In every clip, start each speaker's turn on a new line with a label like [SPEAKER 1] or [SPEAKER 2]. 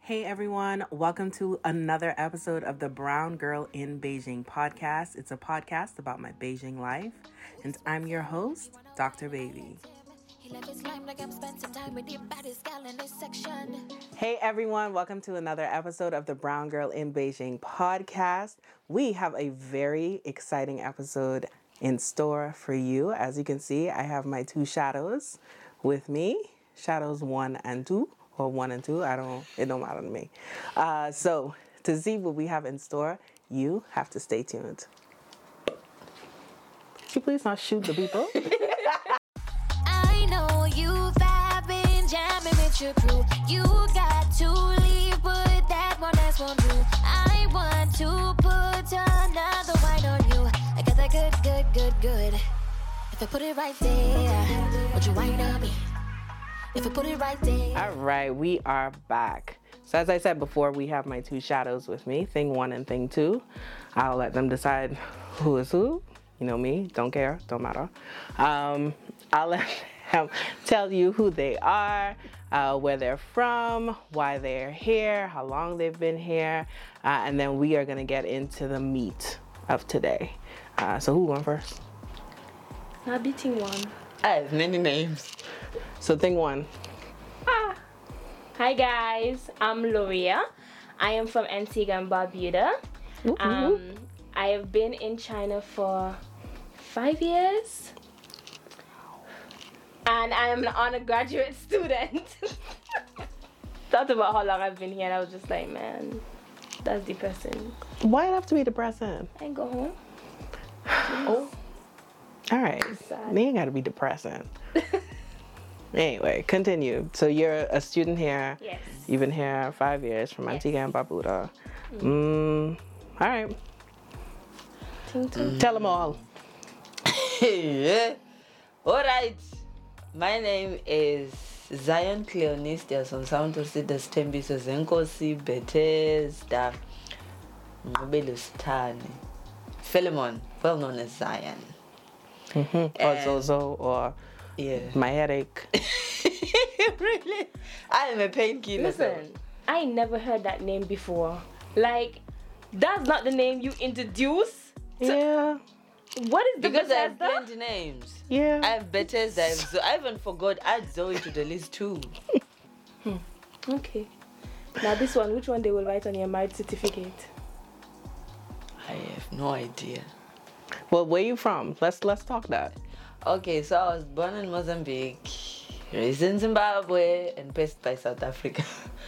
[SPEAKER 1] Hey everyone, welcome to another episode of the Brown Girl in Beijing podcast. It's a podcast about my Beijing life, and I'm your host, Dr. Baby.
[SPEAKER 2] He like his lime like I'm spending time with the baddest gal in this section.
[SPEAKER 1] Hey everyone, welcome to another episode of the Brown Girl in Beijing podcast. We have a very exciting episode in store for you. As you can see, I have my two shadows with me, shadows one and two, or one and two. I don't, it don't matter to me. Uh, so to see what we have in store, you have to stay tuned. Could you please not shoot the people?
[SPEAKER 2] I know you vibing, jamming with your crew. You got to leave, but that one last won't do. I want to put another wine on you. I got that good, good, good, good. If I put it right there, would you wine on me? If I put it right there.
[SPEAKER 1] All right, we are back. So as I said before, we have my two shadows with me, thing one and thing two. I'll let them decide who is who. You know me, don't care, don't matter. Um, I'll let them tell you who they are, uh, where they're from, why they're here, how long they've been here, uh, and then we are gonna get into the meat of today. Uh, so who went first?
[SPEAKER 3] Not beating one.
[SPEAKER 1] I have many names. So thing one.
[SPEAKER 3] Ah. Hi guys, I'm Loria. I am from Antigua and Barbuda. Um, I have been in China for five years, and I am an honor graduate student. Thought about how long I've been here, and I was just like, man, that's depressing.
[SPEAKER 1] Why it have to be depressing?
[SPEAKER 3] And go home.
[SPEAKER 1] All right.
[SPEAKER 3] Sad.
[SPEAKER 1] They ain't got to be depressing. anyway, continue. So you're a student here.
[SPEAKER 3] Yes.
[SPEAKER 1] You've been here five years from Antigua and Barbuda.
[SPEAKER 3] Mm-hmm.
[SPEAKER 1] Mm. all right.
[SPEAKER 3] Ting, ting.
[SPEAKER 1] Tell them all.
[SPEAKER 4] Yeah. All right. My name is Zion Cleonis ndiyazonisawuntose ndasiithembiso zenkosi bethesda nqubeli sithane philemon well known as zion
[SPEAKER 3] Mm-hmm.
[SPEAKER 1] Or
[SPEAKER 4] And-
[SPEAKER 1] Zozo or
[SPEAKER 4] yeah
[SPEAKER 1] my headache.
[SPEAKER 4] really i am a painkiller
[SPEAKER 3] Listen, I never heard that name before. Like, that's not the name you introduce.
[SPEAKER 1] yeah.
[SPEAKER 3] What is the
[SPEAKER 4] because i have
[SPEAKER 3] Bethesda?
[SPEAKER 4] plenty names
[SPEAKER 1] Yeah.
[SPEAKER 4] i have bethesda I, have Zo- I even forgot add zoe to the list too
[SPEAKER 3] Okay. Now this one, which one they will write on your marriage certificate?
[SPEAKER 4] i have no idea
[SPEAKER 1] well, where you from? Let's let's talk that.
[SPEAKER 4] Okay, so I was born in Mozambique, raised in Zimbabwe, and passed by South Africa.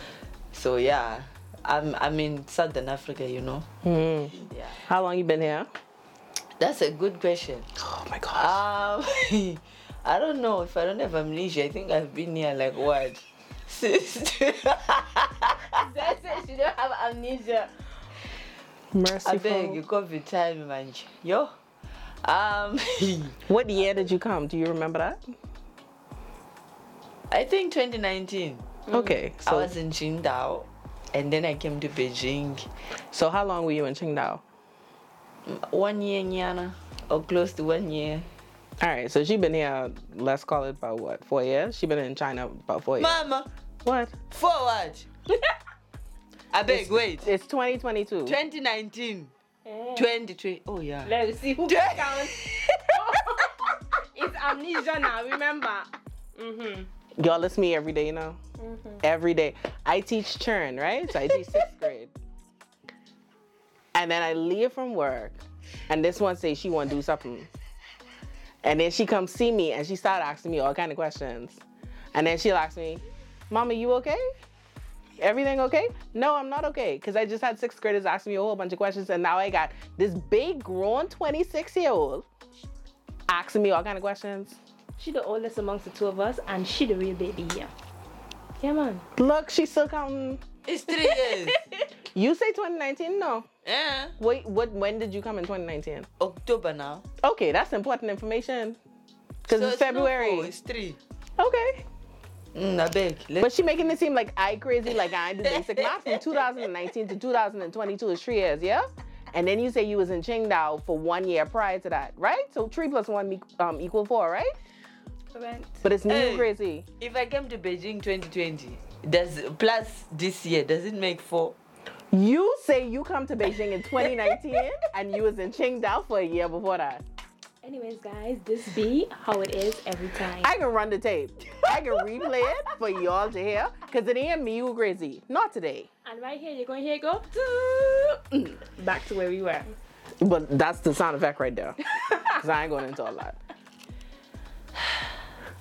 [SPEAKER 4] So yeah, I'm I'm in Southern Africa, you know.
[SPEAKER 1] Mm.
[SPEAKER 4] Yeah,
[SPEAKER 1] How long you been here?
[SPEAKER 4] that's a good question.
[SPEAKER 1] Oh my God.
[SPEAKER 4] Um, I don't know if I don't have amnesia. I think I've been here like what since. that's it. You don't have amnesia.
[SPEAKER 1] Merciful.
[SPEAKER 4] I beg you, COVID time, man. Yo, um,
[SPEAKER 1] What year did you come? Do you remember that?
[SPEAKER 4] I think 2019.
[SPEAKER 1] Okay. So
[SPEAKER 4] I was in Qingdao and then I came to Beijing
[SPEAKER 1] so how long were you in Qingdao?
[SPEAKER 4] one year Nyana or close to one year.
[SPEAKER 1] All right, so she been here. Let's call it about what four years. She been in China about four years.
[SPEAKER 4] Mama,
[SPEAKER 1] What?
[SPEAKER 4] forward. I beg, wait.
[SPEAKER 1] It's 2022.
[SPEAKER 4] 2019,
[SPEAKER 3] Eh,
[SPEAKER 4] 23. Oh yeah.
[SPEAKER 3] Let us see who can count. it's amnesia now. Remember. Mhm.
[SPEAKER 1] Y'all listen to me every day, you know. Every day. I teach churn, right? So I teach sixth grade. And then I leave from work, and this one say she want to do something. And then she come see me, and she start asking me all kind of questions. And then she'll ask me, "Mama, you okay? Everything okay? No, I'm not okay, cause I just had sixth graders ask me a whole bunch of questions, and now I got this big grown 26 year old asking me all kind of questions.
[SPEAKER 3] She the oldest amongst the two of us, and she the real baby here. Yeah, man.
[SPEAKER 1] Look, she's still counting.
[SPEAKER 4] It's three years.
[SPEAKER 1] You say 2019? No.
[SPEAKER 4] yeah.
[SPEAKER 1] Wait, what? When did you come in 2019?
[SPEAKER 4] October now.
[SPEAKER 1] Okay, that's important information. Cause
[SPEAKER 4] So
[SPEAKER 1] it's
[SPEAKER 4] not
[SPEAKER 1] February.
[SPEAKER 4] four, it's three.
[SPEAKER 1] okay.
[SPEAKER 4] Mm, I beg.
[SPEAKER 1] But
[SPEAKER 4] Let's
[SPEAKER 1] she making it seem like I crazy, like I do basic math from 2019 to 2022 is three years, yeah. And then you say you was in Qingdao for one year prior to that, right? So three plus one me- um, equal four, right?
[SPEAKER 3] Correct.
[SPEAKER 1] But it's new
[SPEAKER 4] Hey.
[SPEAKER 1] crazy.
[SPEAKER 4] if I came to Beijing 2020, Does plus this year does it make four?
[SPEAKER 1] You say you come to Beijing in 2019 and you was in Qingdao for a year before that.
[SPEAKER 3] Anyways, guys, this be how it is every time.
[SPEAKER 1] I can run the tape. I can replay it for y'all to hear. Cause it ain't me who crazy. Not today.
[SPEAKER 3] and right here, you're going to hear it go Mm, back to where we were.
[SPEAKER 1] But that's the sound effect right there. Cause I ain't going into a lot.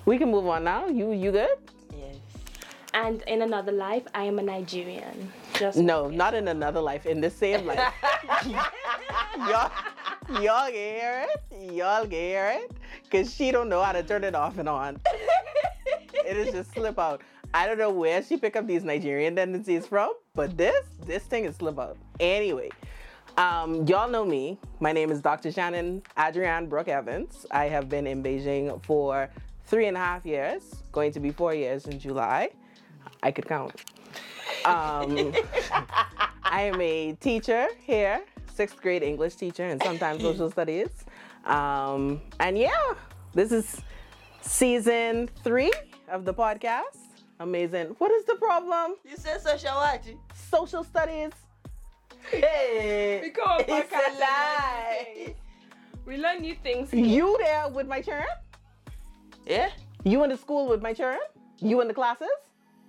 [SPEAKER 1] We can move on now. You you good?
[SPEAKER 4] Yes.
[SPEAKER 3] And in another life, I am a Nigerian. Just
[SPEAKER 1] No, not in another life. In the same life. y'all, y'all can hear it. Y'all can hear it. Cause she don't know how to turn it off and on. it is just slip out. I don't know where she pick up these Nigerian tendencies from, but this this thing is slip out. Anyway, um, y'all know me. My name is Dr. Shannon Adrienne Brooke Evans. I have been in Beijing for three and a half years, going to be four years in July. I could count. Um, I am a teacher here, sixth grade English teacher, and sometimes social studies. Um, and yeah, this is season three of the podcast. Amazing. What is the problem?
[SPEAKER 4] You said social what?
[SPEAKER 1] Social studies.
[SPEAKER 4] Hey.
[SPEAKER 3] We go on
[SPEAKER 4] it's
[SPEAKER 3] podcast and
[SPEAKER 4] a lie.
[SPEAKER 3] we learn new things.
[SPEAKER 1] You there with my children?
[SPEAKER 4] Yeah.
[SPEAKER 1] You in the school with my children? You in the classes?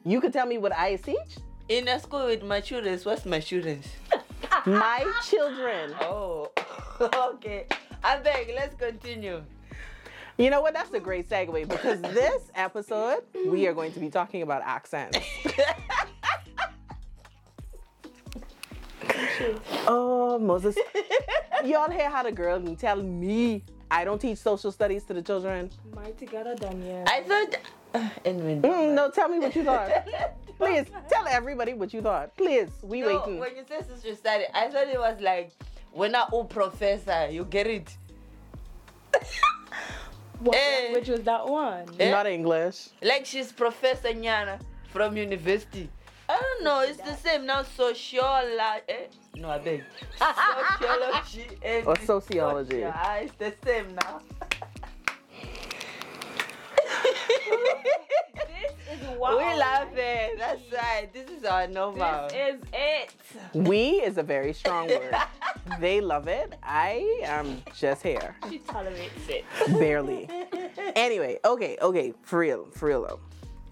[SPEAKER 1] You could tell me what I teach?
[SPEAKER 4] In a school with my children, what's my children?
[SPEAKER 1] My children.
[SPEAKER 4] Oh. okay. I beg. Let's continue.
[SPEAKER 1] You know what? That's a great segue because this episode, we are going to be talking about accents. oh, Moses. Y'all hear how the girl can tell me I don't teach social studies to the children?
[SPEAKER 3] My together, Daniel.
[SPEAKER 4] I thought. Uh, anyway.
[SPEAKER 1] Mm, no, tell me what you thought. Please tell everybody what you thought. Please, we
[SPEAKER 4] No,
[SPEAKER 1] waiting.
[SPEAKER 4] when you say sister study, I thought it was like when I oh professor, you get it.
[SPEAKER 3] What
[SPEAKER 4] Eh.
[SPEAKER 3] language was that one?
[SPEAKER 4] eh?
[SPEAKER 1] Not English.
[SPEAKER 4] Like she's Professor Nyana from university. I don't know, it's the same now social eh? No, I beg. Sociology and
[SPEAKER 1] Or sociology.
[SPEAKER 4] Ah, it's the same now.
[SPEAKER 3] This is
[SPEAKER 4] we
[SPEAKER 3] what
[SPEAKER 4] love it. That's right. This is our normal.
[SPEAKER 3] This is it.
[SPEAKER 1] We is a very strong word. They love it. I am just here.
[SPEAKER 3] She tolerates it.
[SPEAKER 1] Barely. Anyway, okay, okay, for real, for real though.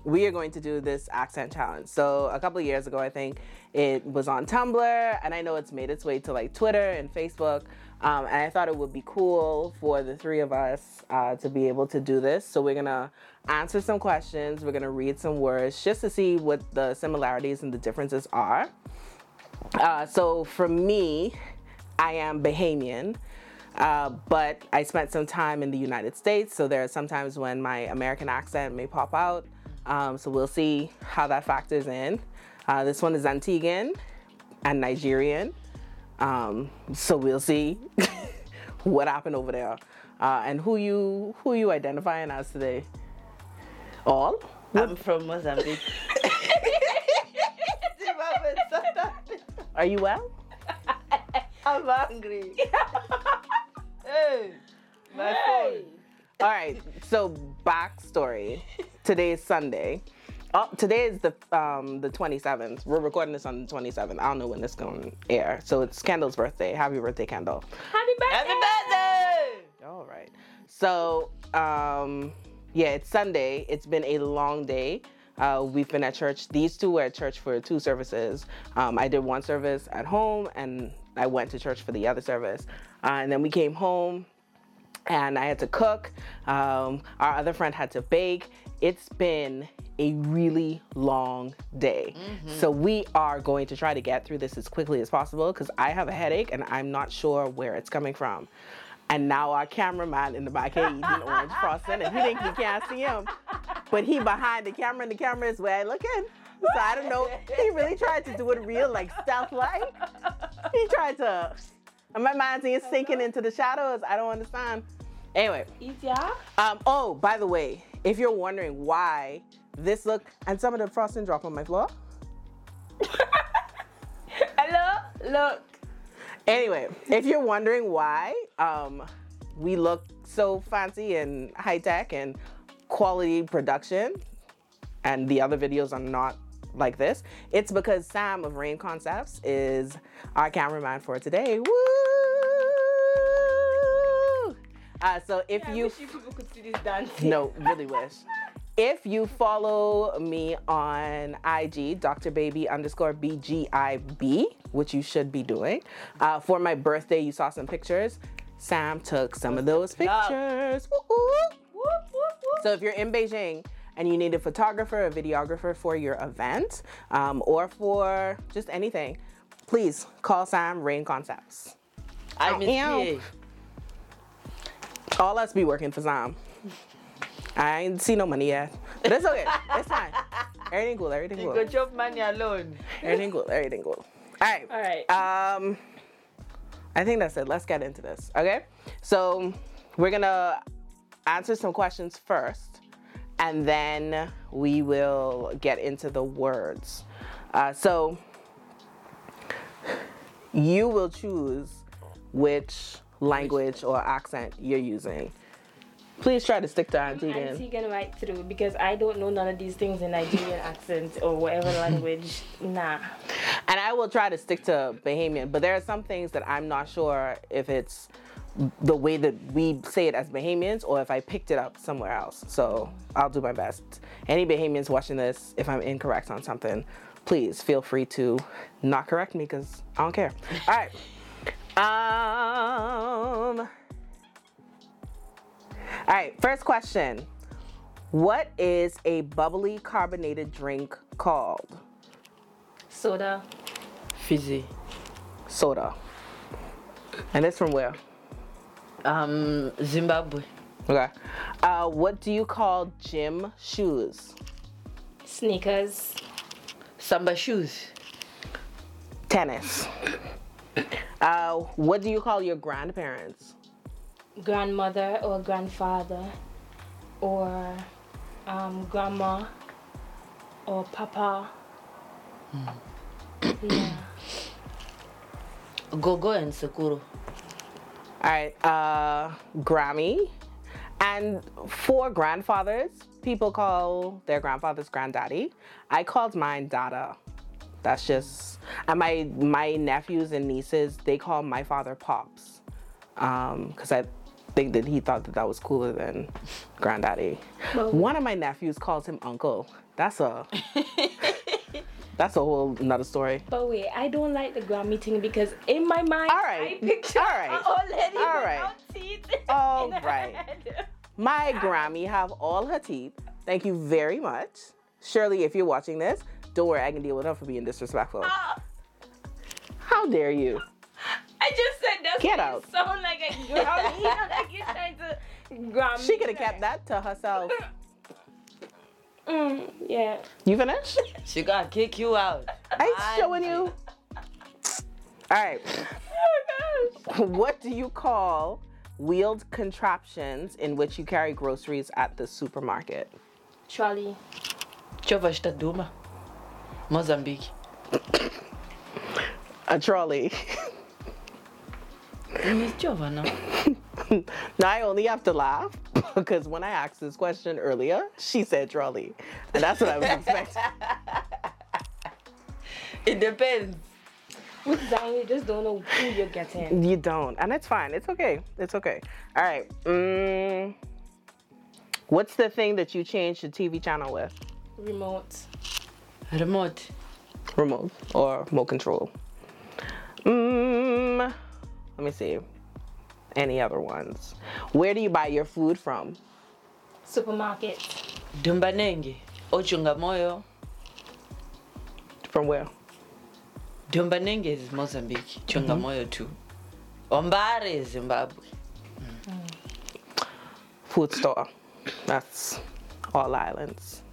[SPEAKER 1] We are going to do this accent challenge. So a couple of years ago, I think it was on Tumblr, and I know it's made its way to like Twitter and Facebook. Um, and I thought it would be cool for the three of us uh, to be able to do this. So we're gonna answer some questions. We're gonna read some words just to see what the similarities and the differences are. Uh, so for me, I am Bahamian, uh, but I spent some time in the United States, so there are some times when my American accent may pop out. Um, so we'll see how that factors in. Uh, this one is Antiguan and Nigerian, um, so we'll see what happened over there uh, and who you who you identifying as today. All
[SPEAKER 4] I'm from Mozambique. Zimbabwe, South Africa.
[SPEAKER 1] are you well?
[SPEAKER 4] I'm hungry. hey, my phone.
[SPEAKER 1] All right. So backstory. Today is Sunday. Oh, today is the um the 27th. We're recording this on the 27th. I don't know when this going to air. So it's Kendall's birthday. Happy birthday, Kendall.
[SPEAKER 3] Happy birthday.
[SPEAKER 4] Happy birthday!
[SPEAKER 1] All right. So um yeah, it's Sunday. It's been a long day. Uh, we've been at church. These two were at church for two services. Um, I did one service at home, and I went to church for the other service. Uh, and then we came home and I had to cook. Um, our other friend had to bake. It's been a really long day. So we are going to try to get through this as quickly as possible because I have a headache and I'm not sure where it's coming from. And now our cameraman in the back here eating orange frosting and he think you can't see him. But he behind the camera and the camera is where I look in. So I don't know. He really tried to do it real like stealth like. He tried to and my mind's is sinking into the shadows. I don't understand. Anyway,
[SPEAKER 3] Eat ya.
[SPEAKER 1] um, oh, by the way, if you're wondering why this look and some of the frosting drop on my floor.
[SPEAKER 4] Hello? Look.
[SPEAKER 1] Anyway, if you're wondering why um, we look so fancy and high tech and quality production, and the other videos are not like this, it's because Sam of Rain Concepts is our cameraman for today. Woo! Uh, so if
[SPEAKER 3] I
[SPEAKER 1] you
[SPEAKER 3] wish you people could see this dance.
[SPEAKER 1] no, really wish. If you follow me on IG, Dr. Baby underscore BGIB, which you should be doing, uh, for my birthday, you saw some pictures. Sam took some of those
[SPEAKER 4] plug?
[SPEAKER 1] pictures. Woo, woo. So if you're in Beijing and you need a photographer, a videographer for your event, um, or for just anything, please call Sam Rain Concepts.
[SPEAKER 4] I miss
[SPEAKER 1] Ow.
[SPEAKER 4] PA.
[SPEAKER 1] All us be working for Sam. I ain't see no money yet. But it's okay. it's fine. Everything cool, everything
[SPEAKER 4] You
[SPEAKER 1] cool.
[SPEAKER 4] got job money alone.
[SPEAKER 1] Everything cool, everything cool. All right.
[SPEAKER 3] All right.
[SPEAKER 1] Um, I think that's it. Let's get into this. Okay. So we're gonna answer some questions first, and then we will get into the words. Uh, so you will choose which language or accent you're using. Please try to stick to Antiguan.
[SPEAKER 3] Antiguan right through because I don't know none of these things in Nigerian accent or whatever language. Nah.
[SPEAKER 1] and I will try to stick to Bahamian, but there are some things that I'm not sure if it's the way that we say it as Bahamians or if I picked it up somewhere else. So I'll do my best. Any Bahamians watching this, if I'm incorrect on something, please feel free to not correct me because I don't care. All right. Um. All right, first question. What is a bubbly carbonated drink called?
[SPEAKER 3] Soda.
[SPEAKER 4] Fizzy.
[SPEAKER 1] soda. And it's from where?
[SPEAKER 4] Um, Zimbabwe.
[SPEAKER 1] Okay. Uh, what do you call gym shoes?
[SPEAKER 3] Sneakers.
[SPEAKER 4] Samba shoes.
[SPEAKER 1] Tennis. Uh, what do you call your grandparents?
[SPEAKER 3] Grandmother or grandfather or um, grandma or papa. Yeah.
[SPEAKER 4] Gogo and Sekuro.
[SPEAKER 1] All right. Uh, Grammy. And for grandfathers, people call their grandfathers granddaddy. I called mine Dada. That's just. And my my nephews and nieces they call my father pops, because I think that he thought that that was cooler than granddaddy. One of my nephews calls him uncle. That's a. that's a whole another story.
[SPEAKER 3] But wait, I don't like the Grammy thing because in my mind,
[SPEAKER 1] All right.
[SPEAKER 3] I picture
[SPEAKER 1] All right.
[SPEAKER 3] an old lady
[SPEAKER 1] All
[SPEAKER 3] without teeth.
[SPEAKER 1] All
[SPEAKER 3] in her
[SPEAKER 1] right.
[SPEAKER 3] head.
[SPEAKER 1] My Grammy have all her teeth. Thank you very much. Shirley, if you're watching this, don't worry, I can deal with her for being disrespectful.
[SPEAKER 3] Ah,
[SPEAKER 1] How dare you?
[SPEAKER 3] I just said that's
[SPEAKER 1] Get
[SPEAKER 3] what
[SPEAKER 1] out.
[SPEAKER 3] you sound like a Grammy. like you're trying to Grammy.
[SPEAKER 1] She could have kept that to herself.
[SPEAKER 3] Mm, yeah.
[SPEAKER 1] You finished?
[SPEAKER 4] She gonna kick you out.
[SPEAKER 1] I ain't showing you. All right.
[SPEAKER 3] Oh gosh.
[SPEAKER 1] What do you call wheeled contraptions in which you carry groceries at the supermarket?
[SPEAKER 3] Trolley.
[SPEAKER 4] Chova Staduma. Mozambique.
[SPEAKER 1] A trolley.
[SPEAKER 4] Miss Chova now.
[SPEAKER 1] Now I only have to laugh because when I asked this question earlier, she said trolley. And that's what I was expecting.
[SPEAKER 4] It depends.
[SPEAKER 3] With Zion, you just don't know who you're getting.
[SPEAKER 1] You don't, and it's fine. It's okay. It's okay. All right. Mm, what's the thing that you changed your TV channel with?
[SPEAKER 3] Remote.
[SPEAKER 4] Remote.
[SPEAKER 1] Remote or remote control? Mm, let me see. Any other ones? Where do you buy your food from?
[SPEAKER 3] Supermarket.
[SPEAKER 4] Dumbanenge. Ochungamoyo.
[SPEAKER 1] From where?
[SPEAKER 4] Dumbanenge is Mozambique. Chungamoyo too. Ombare is Zimbabwe.
[SPEAKER 1] Food store. That's all islands.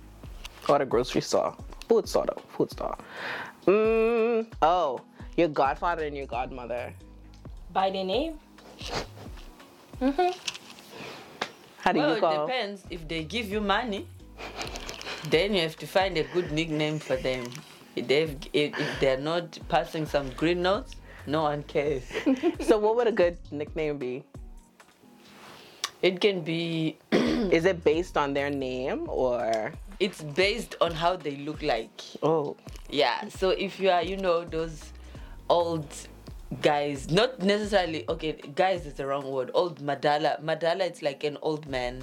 [SPEAKER 1] Or the grocery store. Food store though. Food store. Mm, oh, your godfather and your godmother.
[SPEAKER 3] By the name.
[SPEAKER 1] How do
[SPEAKER 4] Well,
[SPEAKER 1] you
[SPEAKER 4] it
[SPEAKER 1] call?
[SPEAKER 4] depends. If they give you money, then you have to find a good nickname for them. If, they've, if, if they're not passing some green notes, no one cares.
[SPEAKER 1] So what would a good nickname be?
[SPEAKER 4] It can be
[SPEAKER 1] Hmm. Is it based on their name or
[SPEAKER 4] it's based on how they look like.
[SPEAKER 1] Oh,
[SPEAKER 4] Yeah. So if you are, you know, those old guys, not necessarily okay, guys is the wrong word. Old Madala. Madala it's like an old man.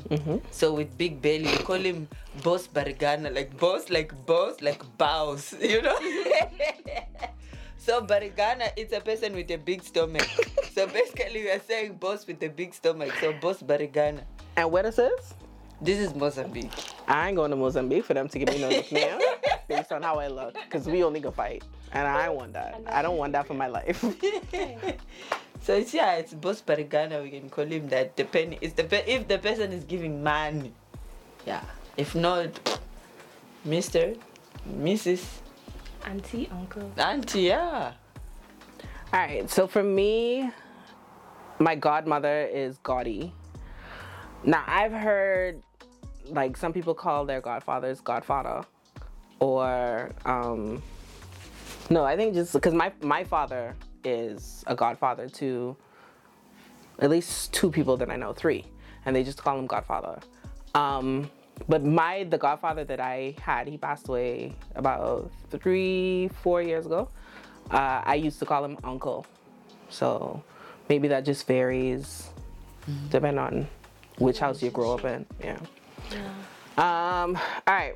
[SPEAKER 4] So with big belly, you call him boss barigana, like boss, like boss, like bows, you know? So barigana, it's a person with a big stomach. so basically, we are saying boss with a big stomach. So boss barigana.
[SPEAKER 1] and where this is?
[SPEAKER 4] This is Mozambique.
[SPEAKER 1] I ain't going to Mozambique for them to give me no nickname based on how I look, because we only go fight, and I want that. I don't want that for my life.
[SPEAKER 4] So it's yeah, it's boss Parigana. We can call him that. Depending, it's the pe- if the person is giving man, yeah. If not, Mister, Mrs,
[SPEAKER 3] Auntie, uncle.
[SPEAKER 4] Auntie, yeah.
[SPEAKER 1] All right, so for me, my godmother is gaudy. Now, I've heard like some people call their godfathers godfather, or um, no, I think just because my my father is a godfather to at least two people that I know, three, and they just call him godfather. Um, but my the godfather that I had, he passed away about three, four years ago. Uh, I used to call him uncle, so maybe that just varies depending on which house you grow up in. Yeah. Um. All right.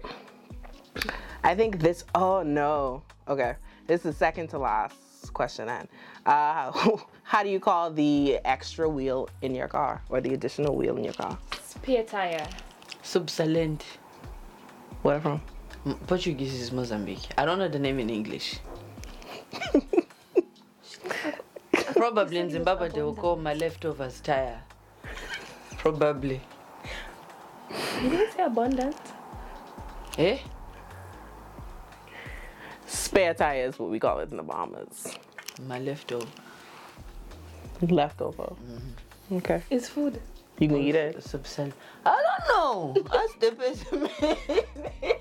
[SPEAKER 1] I think this. Oh no. Okay. This is second to last question. Then. Uh, how do you call the extra wheel in your car or the additional wheel in your car?
[SPEAKER 3] Spare tire.
[SPEAKER 4] Subsalent.
[SPEAKER 1] Where from?
[SPEAKER 4] M- Portuguese is Mozambique. I don't know the name in English. Probably in Zimbabwe they will call my leftovers tire. Probably.
[SPEAKER 3] You didn't say abundant.
[SPEAKER 4] Eh?
[SPEAKER 1] Spare tire is what we call it in the Bahamas.
[SPEAKER 4] My leftover.
[SPEAKER 1] Leftover. Okay.
[SPEAKER 3] It's food.
[SPEAKER 1] You can eat it.
[SPEAKER 4] Subsal. I don't know. Ask the person.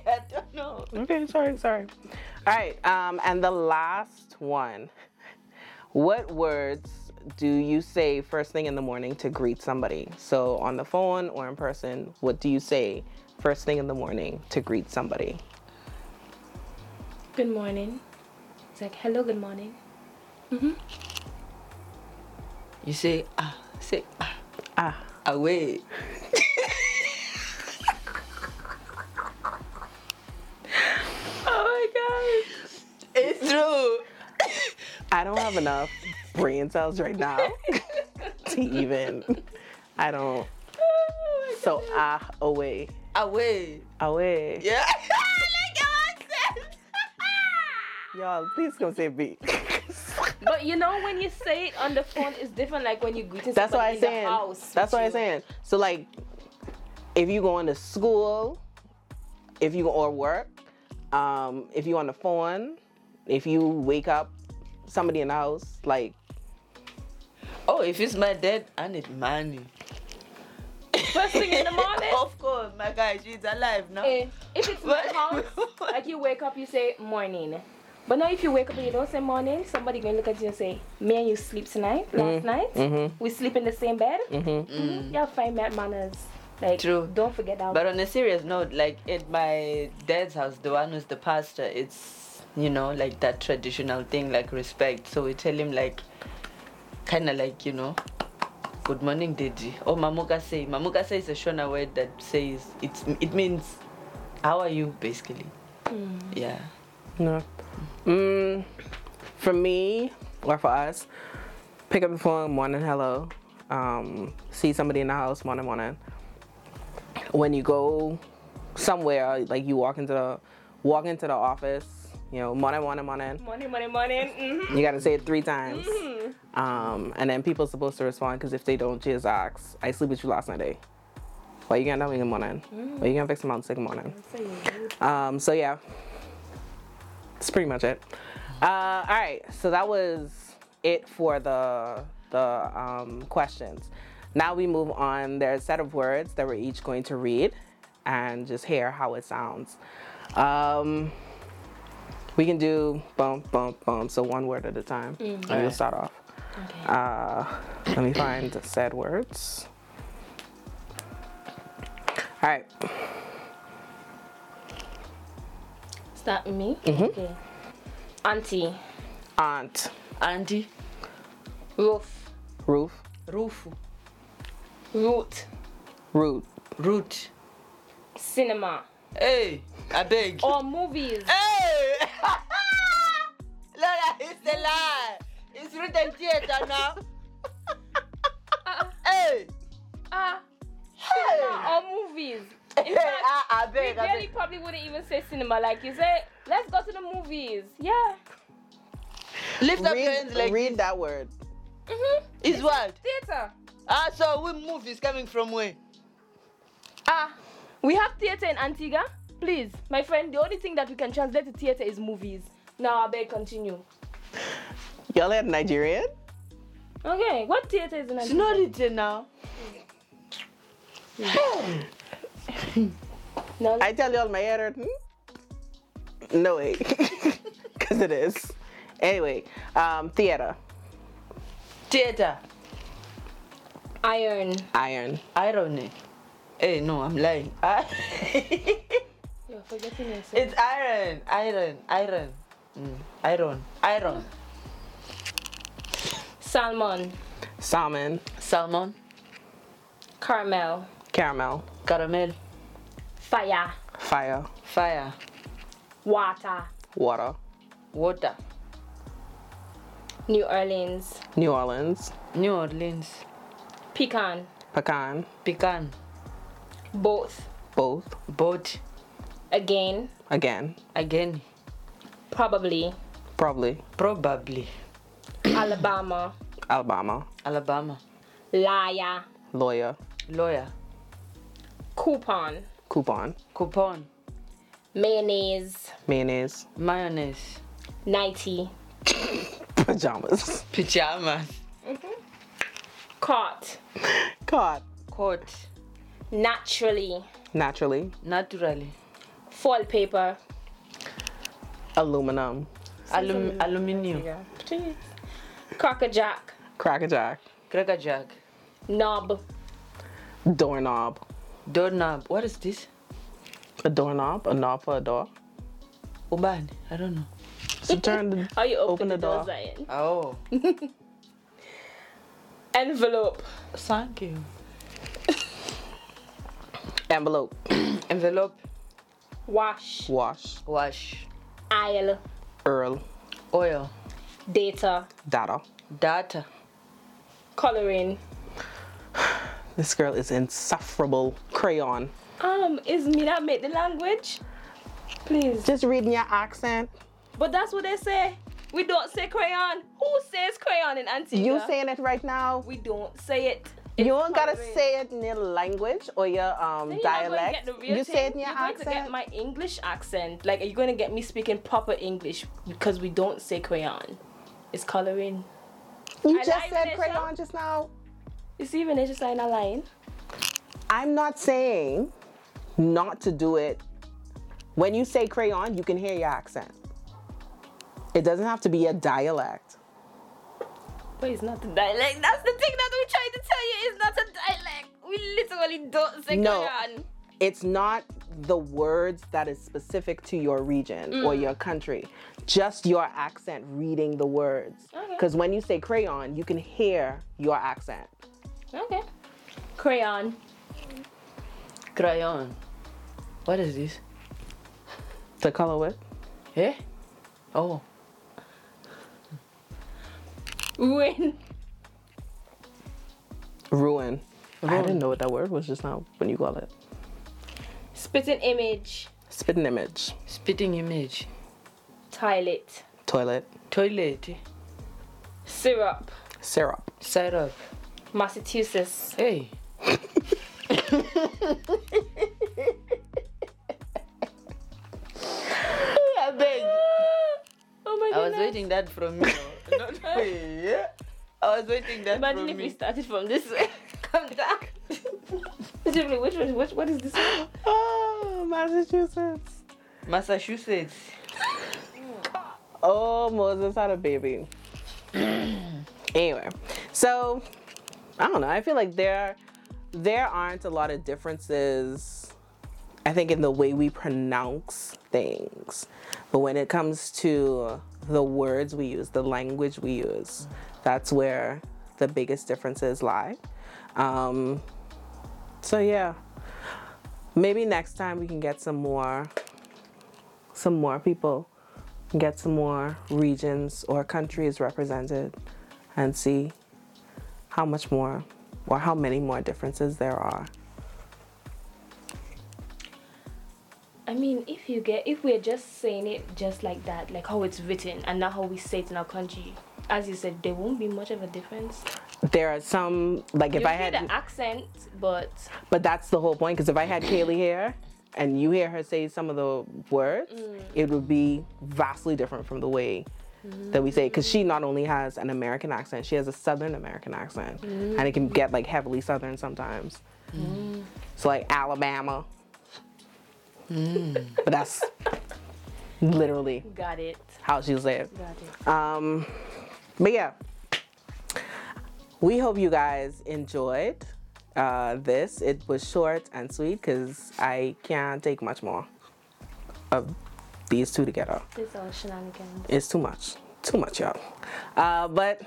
[SPEAKER 4] I don't know.
[SPEAKER 1] Okay. Sorry. Sorry. All right. Um. And the last one. What words do you say first thing in the morning to greet somebody? So on the phone or in person, what do you say first thing in the morning to greet somebody?
[SPEAKER 3] Good morning. It's like hello, good morning.
[SPEAKER 4] You say ah, say ah,
[SPEAKER 1] Ah.
[SPEAKER 4] away.
[SPEAKER 3] Oh
[SPEAKER 4] It's true.
[SPEAKER 1] I don't have enough brain cells right now to even. I don't. So ah away,
[SPEAKER 4] Away.
[SPEAKER 1] away.
[SPEAKER 4] Yeah. like your accent.
[SPEAKER 1] Y'all, please come say B.
[SPEAKER 3] my god. But you know when you say it on the phone, it's different. Like when you greeting
[SPEAKER 1] That's what I'm
[SPEAKER 3] somebody in the
[SPEAKER 1] saying.
[SPEAKER 3] house.
[SPEAKER 1] That's what
[SPEAKER 3] with
[SPEAKER 1] I'm
[SPEAKER 3] you.
[SPEAKER 1] saying. So like, if you going to school, if you or work, um, if you on the phone, if you wake up somebody in the house, like
[SPEAKER 4] Oh, if it's my dad, I need money.
[SPEAKER 3] First thing in the morning.
[SPEAKER 4] of course, my guy, she's alive now.
[SPEAKER 3] Eh, If it's my
[SPEAKER 4] What?
[SPEAKER 3] house, like you wake up, you say morning. But now if you wake up and you don't say morning, somebody gonna look at you and say, "Me and you sleep tonight, last
[SPEAKER 1] Mm-hmm.
[SPEAKER 3] night. We sleep in the same bed. Mm-hmm. Y'all find bad manners. Like,
[SPEAKER 4] True.
[SPEAKER 3] don't forget that.
[SPEAKER 1] uh,
[SPEAKER 4] But on a serious note, like at my dad's house, the one who's the pastor, it's you know like that traditional thing, like respect. So we tell him like, kind of like you know, good morning, Deji. Or mamuka say, mamuka say is a Shona word that says it's it means how are you basically. Yeah.
[SPEAKER 1] No. Mm, for me, or for us, pick up the phone, morning, hello. Um, see somebody in the house, morning, morning. When you go somewhere, like you walk into the walk into the office, you know, morning, morning, morning.
[SPEAKER 3] morning, morning, morning. Mm-hmm.
[SPEAKER 1] You gotta say it three times. Um, and then people supposed to respond because if they don't, just ask, I sleep with you last night, eh? Why you gonna tell me good morning? Why you gonna fix my mouth second morning?
[SPEAKER 3] So you-
[SPEAKER 1] Um, so yeah, that's pretty much it. Uh, all right, so that was it for the the um, questions. Now we move on. There's a set of words that we're each going to read and just hear how it sounds. Um, we can do bump, bump, bump. So one word at a time. And we'll
[SPEAKER 4] Alright.
[SPEAKER 1] start off. Uh, let me find said words. All right.
[SPEAKER 3] Start with me.
[SPEAKER 1] Mm-hmm.
[SPEAKER 3] Okay. Auntie.
[SPEAKER 1] Aunt.
[SPEAKER 4] Auntie,
[SPEAKER 3] Roof.
[SPEAKER 1] Roof.
[SPEAKER 4] roof,
[SPEAKER 3] Root.
[SPEAKER 1] Root.
[SPEAKER 4] root.
[SPEAKER 3] Cinema.
[SPEAKER 4] Hey, I beg.
[SPEAKER 3] Or movies.
[SPEAKER 4] Hey! Lola, it's a lie. It's written theater now. hey!
[SPEAKER 3] Ah,
[SPEAKER 4] Hey!
[SPEAKER 3] or movies. In
[SPEAKER 4] Hey,
[SPEAKER 3] fact,
[SPEAKER 4] I, I
[SPEAKER 3] we
[SPEAKER 4] beg, I
[SPEAKER 3] really
[SPEAKER 4] beg.
[SPEAKER 3] probably wouldn't even say cinema. Like you say, let's go to the movies. Yeah.
[SPEAKER 4] Lift up your hands
[SPEAKER 1] Read,
[SPEAKER 4] like
[SPEAKER 1] read that word.
[SPEAKER 3] Mhm.
[SPEAKER 4] it's what?
[SPEAKER 3] Theater.
[SPEAKER 4] Ah, so we move is coming from where?
[SPEAKER 3] Ah, we have theater in Antigua. Please, my friend, the only thing that we can translate to theater is movies. Now I beg continue.
[SPEAKER 1] Y'all had Nigerian?
[SPEAKER 3] Okay, what theater is in
[SPEAKER 4] It's
[SPEAKER 3] Antigua?
[SPEAKER 4] not written now.
[SPEAKER 3] No,
[SPEAKER 1] I tell y'all my header. No way. Because it is. Anyway, um, theater.
[SPEAKER 4] Theater.
[SPEAKER 3] iron.
[SPEAKER 1] Iron.
[SPEAKER 4] Irony. Hey, eh? no, I'm lying. Ah.
[SPEAKER 3] You're forgetting yourself.
[SPEAKER 4] it's iron, iron, iron. Mm, iron, iron.
[SPEAKER 3] Salmon.
[SPEAKER 1] Salmon.
[SPEAKER 4] Salmon,
[SPEAKER 3] Caramel.
[SPEAKER 1] Caramel.
[SPEAKER 4] caramel,
[SPEAKER 3] Fire.
[SPEAKER 1] Fire.
[SPEAKER 4] fire,
[SPEAKER 3] Water.
[SPEAKER 1] Water.
[SPEAKER 4] water,
[SPEAKER 3] New Orleans.
[SPEAKER 1] New Orleans.
[SPEAKER 4] New Orleans,
[SPEAKER 3] Pecan.
[SPEAKER 1] Pecan.
[SPEAKER 4] pecan,
[SPEAKER 3] Both.
[SPEAKER 1] Both.
[SPEAKER 4] boat,
[SPEAKER 3] Again.
[SPEAKER 1] Again.
[SPEAKER 4] again,
[SPEAKER 3] Probably.
[SPEAKER 1] Probably.
[SPEAKER 4] probably,
[SPEAKER 3] Alabama.
[SPEAKER 1] Alabama.
[SPEAKER 4] Alabama,
[SPEAKER 3] Liar.
[SPEAKER 1] Lawyer.
[SPEAKER 4] lawyer,
[SPEAKER 3] Coupon.
[SPEAKER 1] Coupon.
[SPEAKER 4] coupon,
[SPEAKER 3] Mayonnaise.
[SPEAKER 1] Mayonnaise.
[SPEAKER 4] mayonnaise,
[SPEAKER 3] Nighty.
[SPEAKER 1] Pajamas.
[SPEAKER 4] pajamas,
[SPEAKER 3] Caught.
[SPEAKER 1] Caught.
[SPEAKER 4] coat,
[SPEAKER 3] Naturally.
[SPEAKER 1] Naturally.
[SPEAKER 4] naturally,
[SPEAKER 3] Wallpaper.
[SPEAKER 1] Aluminum.
[SPEAKER 4] alum, aluminium,
[SPEAKER 3] Yeah. Jeez. Crackerjack.
[SPEAKER 1] Crackerjack.
[SPEAKER 4] cracker jack,
[SPEAKER 3] Knob.
[SPEAKER 1] Doorknob.
[SPEAKER 4] doorknob. What is this?
[SPEAKER 1] A doorknob. A knob for a door.
[SPEAKER 4] Uban, I don't know.
[SPEAKER 1] So turn the
[SPEAKER 3] How you
[SPEAKER 1] Open
[SPEAKER 3] open, the,
[SPEAKER 1] the door.
[SPEAKER 3] doors, Zion?
[SPEAKER 4] Oh,
[SPEAKER 3] Envelope.
[SPEAKER 4] thank you.
[SPEAKER 1] envelope.
[SPEAKER 4] Envelope,
[SPEAKER 3] Wash.
[SPEAKER 1] Wash.
[SPEAKER 4] wash,
[SPEAKER 3] Aisle.
[SPEAKER 1] Earl.
[SPEAKER 4] oil,
[SPEAKER 3] Data.
[SPEAKER 1] Data.
[SPEAKER 4] data,
[SPEAKER 3] Coloring.
[SPEAKER 1] This girl is insufferable. Crayon.
[SPEAKER 3] Um, is me that make the language? Please.
[SPEAKER 1] Just reading your accent.
[SPEAKER 3] But that's what they say. We don't say crayon. Who says crayon in Antigua?
[SPEAKER 1] You saying it right now.
[SPEAKER 3] We don't say it.
[SPEAKER 1] you ain't gotta
[SPEAKER 3] coloring.
[SPEAKER 1] say it in your language or your um
[SPEAKER 3] Then you're not gonna
[SPEAKER 1] dialect.
[SPEAKER 3] get the real
[SPEAKER 1] you say it in
[SPEAKER 3] thing.
[SPEAKER 1] your
[SPEAKER 3] You're
[SPEAKER 1] accent.
[SPEAKER 3] going to get my English accent. Like, are you going to get me speaking proper English? Because we don't say crayon. It's coloring.
[SPEAKER 1] you
[SPEAKER 3] I
[SPEAKER 1] just
[SPEAKER 3] lied,
[SPEAKER 1] said
[SPEAKER 3] Nisha.
[SPEAKER 1] crayon just now.
[SPEAKER 3] You see, even it's just like not lying.
[SPEAKER 1] I'm not saying not to do it. When you say crayon, you can hear your accent. It doesn't have to be a dialect.
[SPEAKER 3] But it's not a dialect. That's the thing that we're trying to tell you. It's not a dialect. We literally don't say
[SPEAKER 1] No.
[SPEAKER 3] crayon.
[SPEAKER 1] It's not the words that is specific to your region or your country. Just your accent reading the words.
[SPEAKER 3] Okay.
[SPEAKER 1] Because when you say crayon, you can hear your accent.
[SPEAKER 3] Okay. Crayon.
[SPEAKER 4] crayon. What is this?
[SPEAKER 1] The color with?
[SPEAKER 4] Eh? Oh,
[SPEAKER 3] Ruin.
[SPEAKER 1] Ruin. I didn't know what that word was just now when you call it.
[SPEAKER 3] Spitting image.
[SPEAKER 1] Spitting image.
[SPEAKER 4] spitting image.
[SPEAKER 3] Toilet.
[SPEAKER 1] Toilet.
[SPEAKER 4] Toilet.
[SPEAKER 3] Syrup.
[SPEAKER 1] Syrup.
[SPEAKER 4] Syrup.
[SPEAKER 3] Massachusetts.
[SPEAKER 4] Hey. I beg.
[SPEAKER 3] Oh my
[SPEAKER 4] I was
[SPEAKER 3] goodness.
[SPEAKER 4] waiting that from you. Not me. yeah. I was waiting that
[SPEAKER 3] Imagine
[SPEAKER 4] from
[SPEAKER 3] if
[SPEAKER 4] me.
[SPEAKER 3] we started from this way. Come back. Simply, which one? Which, what is this one?
[SPEAKER 1] Oh, Massachusetts.
[SPEAKER 4] Massachusetts.
[SPEAKER 1] Oh, Moses had a baby. anyway, so I don't know. I feel like there there aren't a lot of differences. I think in the way we pronounce things, But when it comes to the words we use, the language we use, that's where the biggest differences lie. Um, so yeah, maybe next time we can get some more, some more people, get some more regions or countries represented, and see how much more or how many more differences there are.
[SPEAKER 3] I mean, if you get, if we're just saying it just like that, like how it's written and not how we say it in our country, as you said, there won't be much of a difference.
[SPEAKER 1] There are some like if
[SPEAKER 3] you
[SPEAKER 1] I
[SPEAKER 3] hear
[SPEAKER 1] had
[SPEAKER 3] the accent, but
[SPEAKER 1] But that's the whole point. Because if I had Kaylee here and you hear her say some of the words, it would be vastly different from the way that we say. Because she not only has an American accent, she has a Southern American accent, and it can get like heavily Southern sometimes. So like Alabama. but that's literally
[SPEAKER 3] got it,
[SPEAKER 1] how she'll say it.
[SPEAKER 3] got it.
[SPEAKER 1] Um, but yeah, we hope you guys enjoyed uh, this. It was short and sweet because I can't take much more of these two together.
[SPEAKER 3] This all shenanigans.
[SPEAKER 1] It's too much, too much, y'all. Uh, but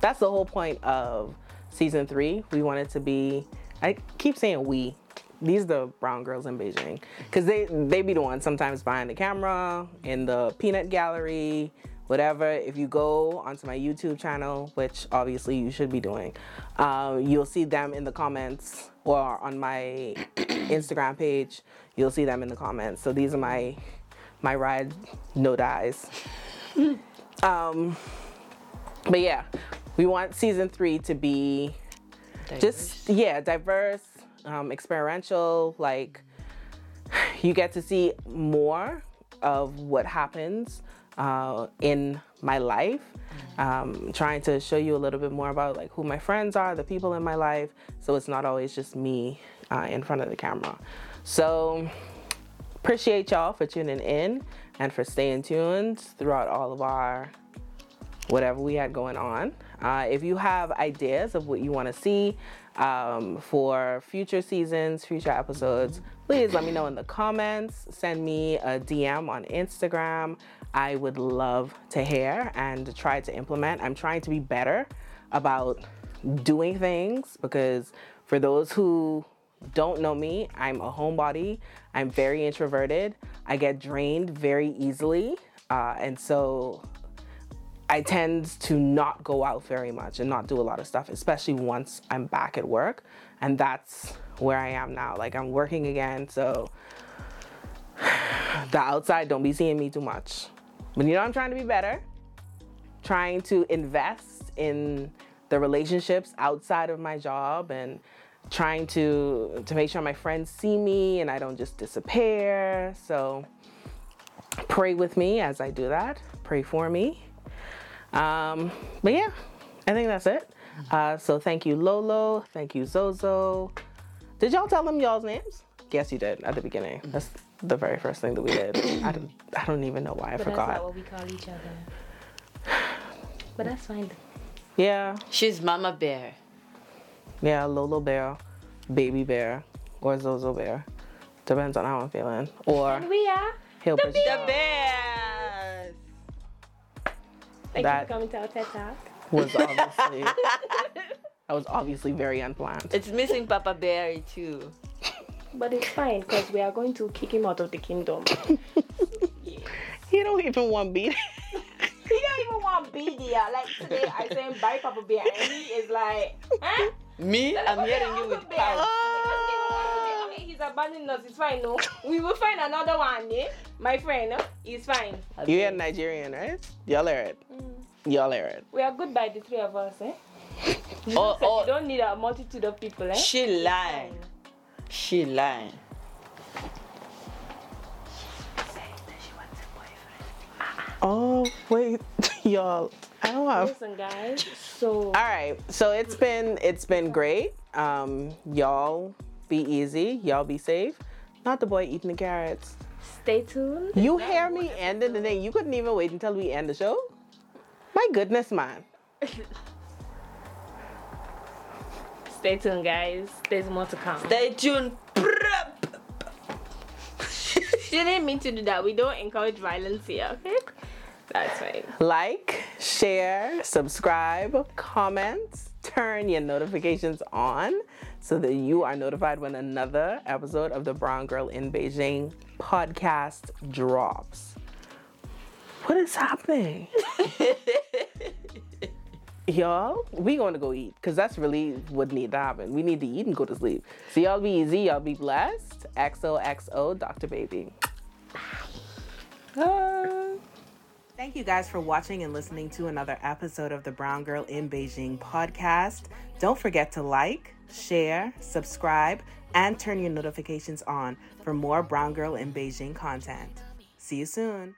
[SPEAKER 1] that's the whole point of season three. We wanted to be. I keep saying we. These the brown girls in Beijing, cause they they be the ones sometimes behind the camera in the peanut gallery, whatever. If you go onto my YouTube channel, which obviously you should be doing, um, you'll see them in the comments or on my Instagram page. You'll see them in the comments. So these are my my ride no dies. um, but yeah, we want season three to be just yeah diverse, um, experiential. Like you get to see more of what happens uh, in my life. Um, trying to show you a little bit more about like who my friends are, the people in my life, so it's not always just me uh, in front of the camera. So appreciate y'all for tuning in and for staying tuned throughout all of our whatever we had going on. Uh, if you have ideas of what you want to see um, for future seasons, future episodes, please let me know in the comments. Send me a DM on Instagram. I would love to hear and try to implement. I'm trying to be better about doing things because for those who don't know me, I'm a homebody. I'm very introverted. I get drained very easily. Uh, and so I tend to not go out very much and not do a lot of stuff, especially once I'm back at work. And that's where I am now. Like I'm working again, so the outside don't be seeing me too much. But you know I'm trying to be better. Trying to invest in the relationships outside of my job and trying to to make sure my friends see me and I don't just disappear. So pray with me as I do that. Pray for me. Um, but yeah, I think that's it. Uh, so thank you, Lolo. Thank you, Zozo. Did y'all tell them y'all's names? Yes, you did at the beginning. That's the very first thing that we did. I don't, I don't even know why I
[SPEAKER 3] But that's not
[SPEAKER 1] forgot.
[SPEAKER 3] what we call each other. But that's fine.
[SPEAKER 1] Yeah,
[SPEAKER 4] She's Mama Bear.
[SPEAKER 1] yeah, Lolo Bear, Baby Bear, or Zozo Bear. Depends on how I'm feeling. Or
[SPEAKER 3] We are.
[SPEAKER 1] he'll push
[SPEAKER 4] The bears.
[SPEAKER 3] Thank
[SPEAKER 1] That-
[SPEAKER 3] you for coming to our TED Talk.
[SPEAKER 1] was obviously. I was obviously very unplanned.
[SPEAKER 4] It's missing Papa Bear too.
[SPEAKER 3] But it's fine because we are going to kick him out of the kingdom.
[SPEAKER 1] He don't even want beat.
[SPEAKER 3] He don't even want BD. Like today, I saying bye, Papa Bear, and he is like, huh?
[SPEAKER 4] Me? I'm hearing you with Papa.
[SPEAKER 3] Okay, he's abandoning us. It's fine, no. We will find another one, eh? My friend, eh? he's fine.
[SPEAKER 1] You are Nigerian, right? Y'all are it. Y'all are it.
[SPEAKER 3] We are good by the three of us, eh?
[SPEAKER 4] Oh,
[SPEAKER 3] So you
[SPEAKER 4] oh,
[SPEAKER 3] don't need a multitude of people, eh?
[SPEAKER 4] she lying. She lying.
[SPEAKER 1] Oh, wait, y'all. I don't want.
[SPEAKER 3] Listen, guys. So
[SPEAKER 1] All right. So it's been it's been great. Um, y'all be easy. Y'all be safe. Not the boy eating the carrots.
[SPEAKER 3] stay tuned.
[SPEAKER 1] You hear me ending the thing. You couldn't even wait until we end the show. My goodness, man.
[SPEAKER 3] Stay tuned, guys. There's more to come.
[SPEAKER 4] Stay tuned.
[SPEAKER 3] She didn't mean to do that. We don't encourage violence here, okay? That's right.
[SPEAKER 1] like, share, subscribe, comment, turn your notifications on so that you are notified when another episode of the Brown Girl in Beijing podcast drops. What is happening? Y'all, we going to go eat because that's really what need to happen. We need to eat and go to sleep. So y'all be easy, y'all be blessed. XOXO, Dr. Baby. Bye. Thank you guys for watching and listening to another episode of the Brown Girl in Beijing podcast. Don't forget to like, share, subscribe, and turn your notifications on for more Brown Girl in Beijing content. See you soon.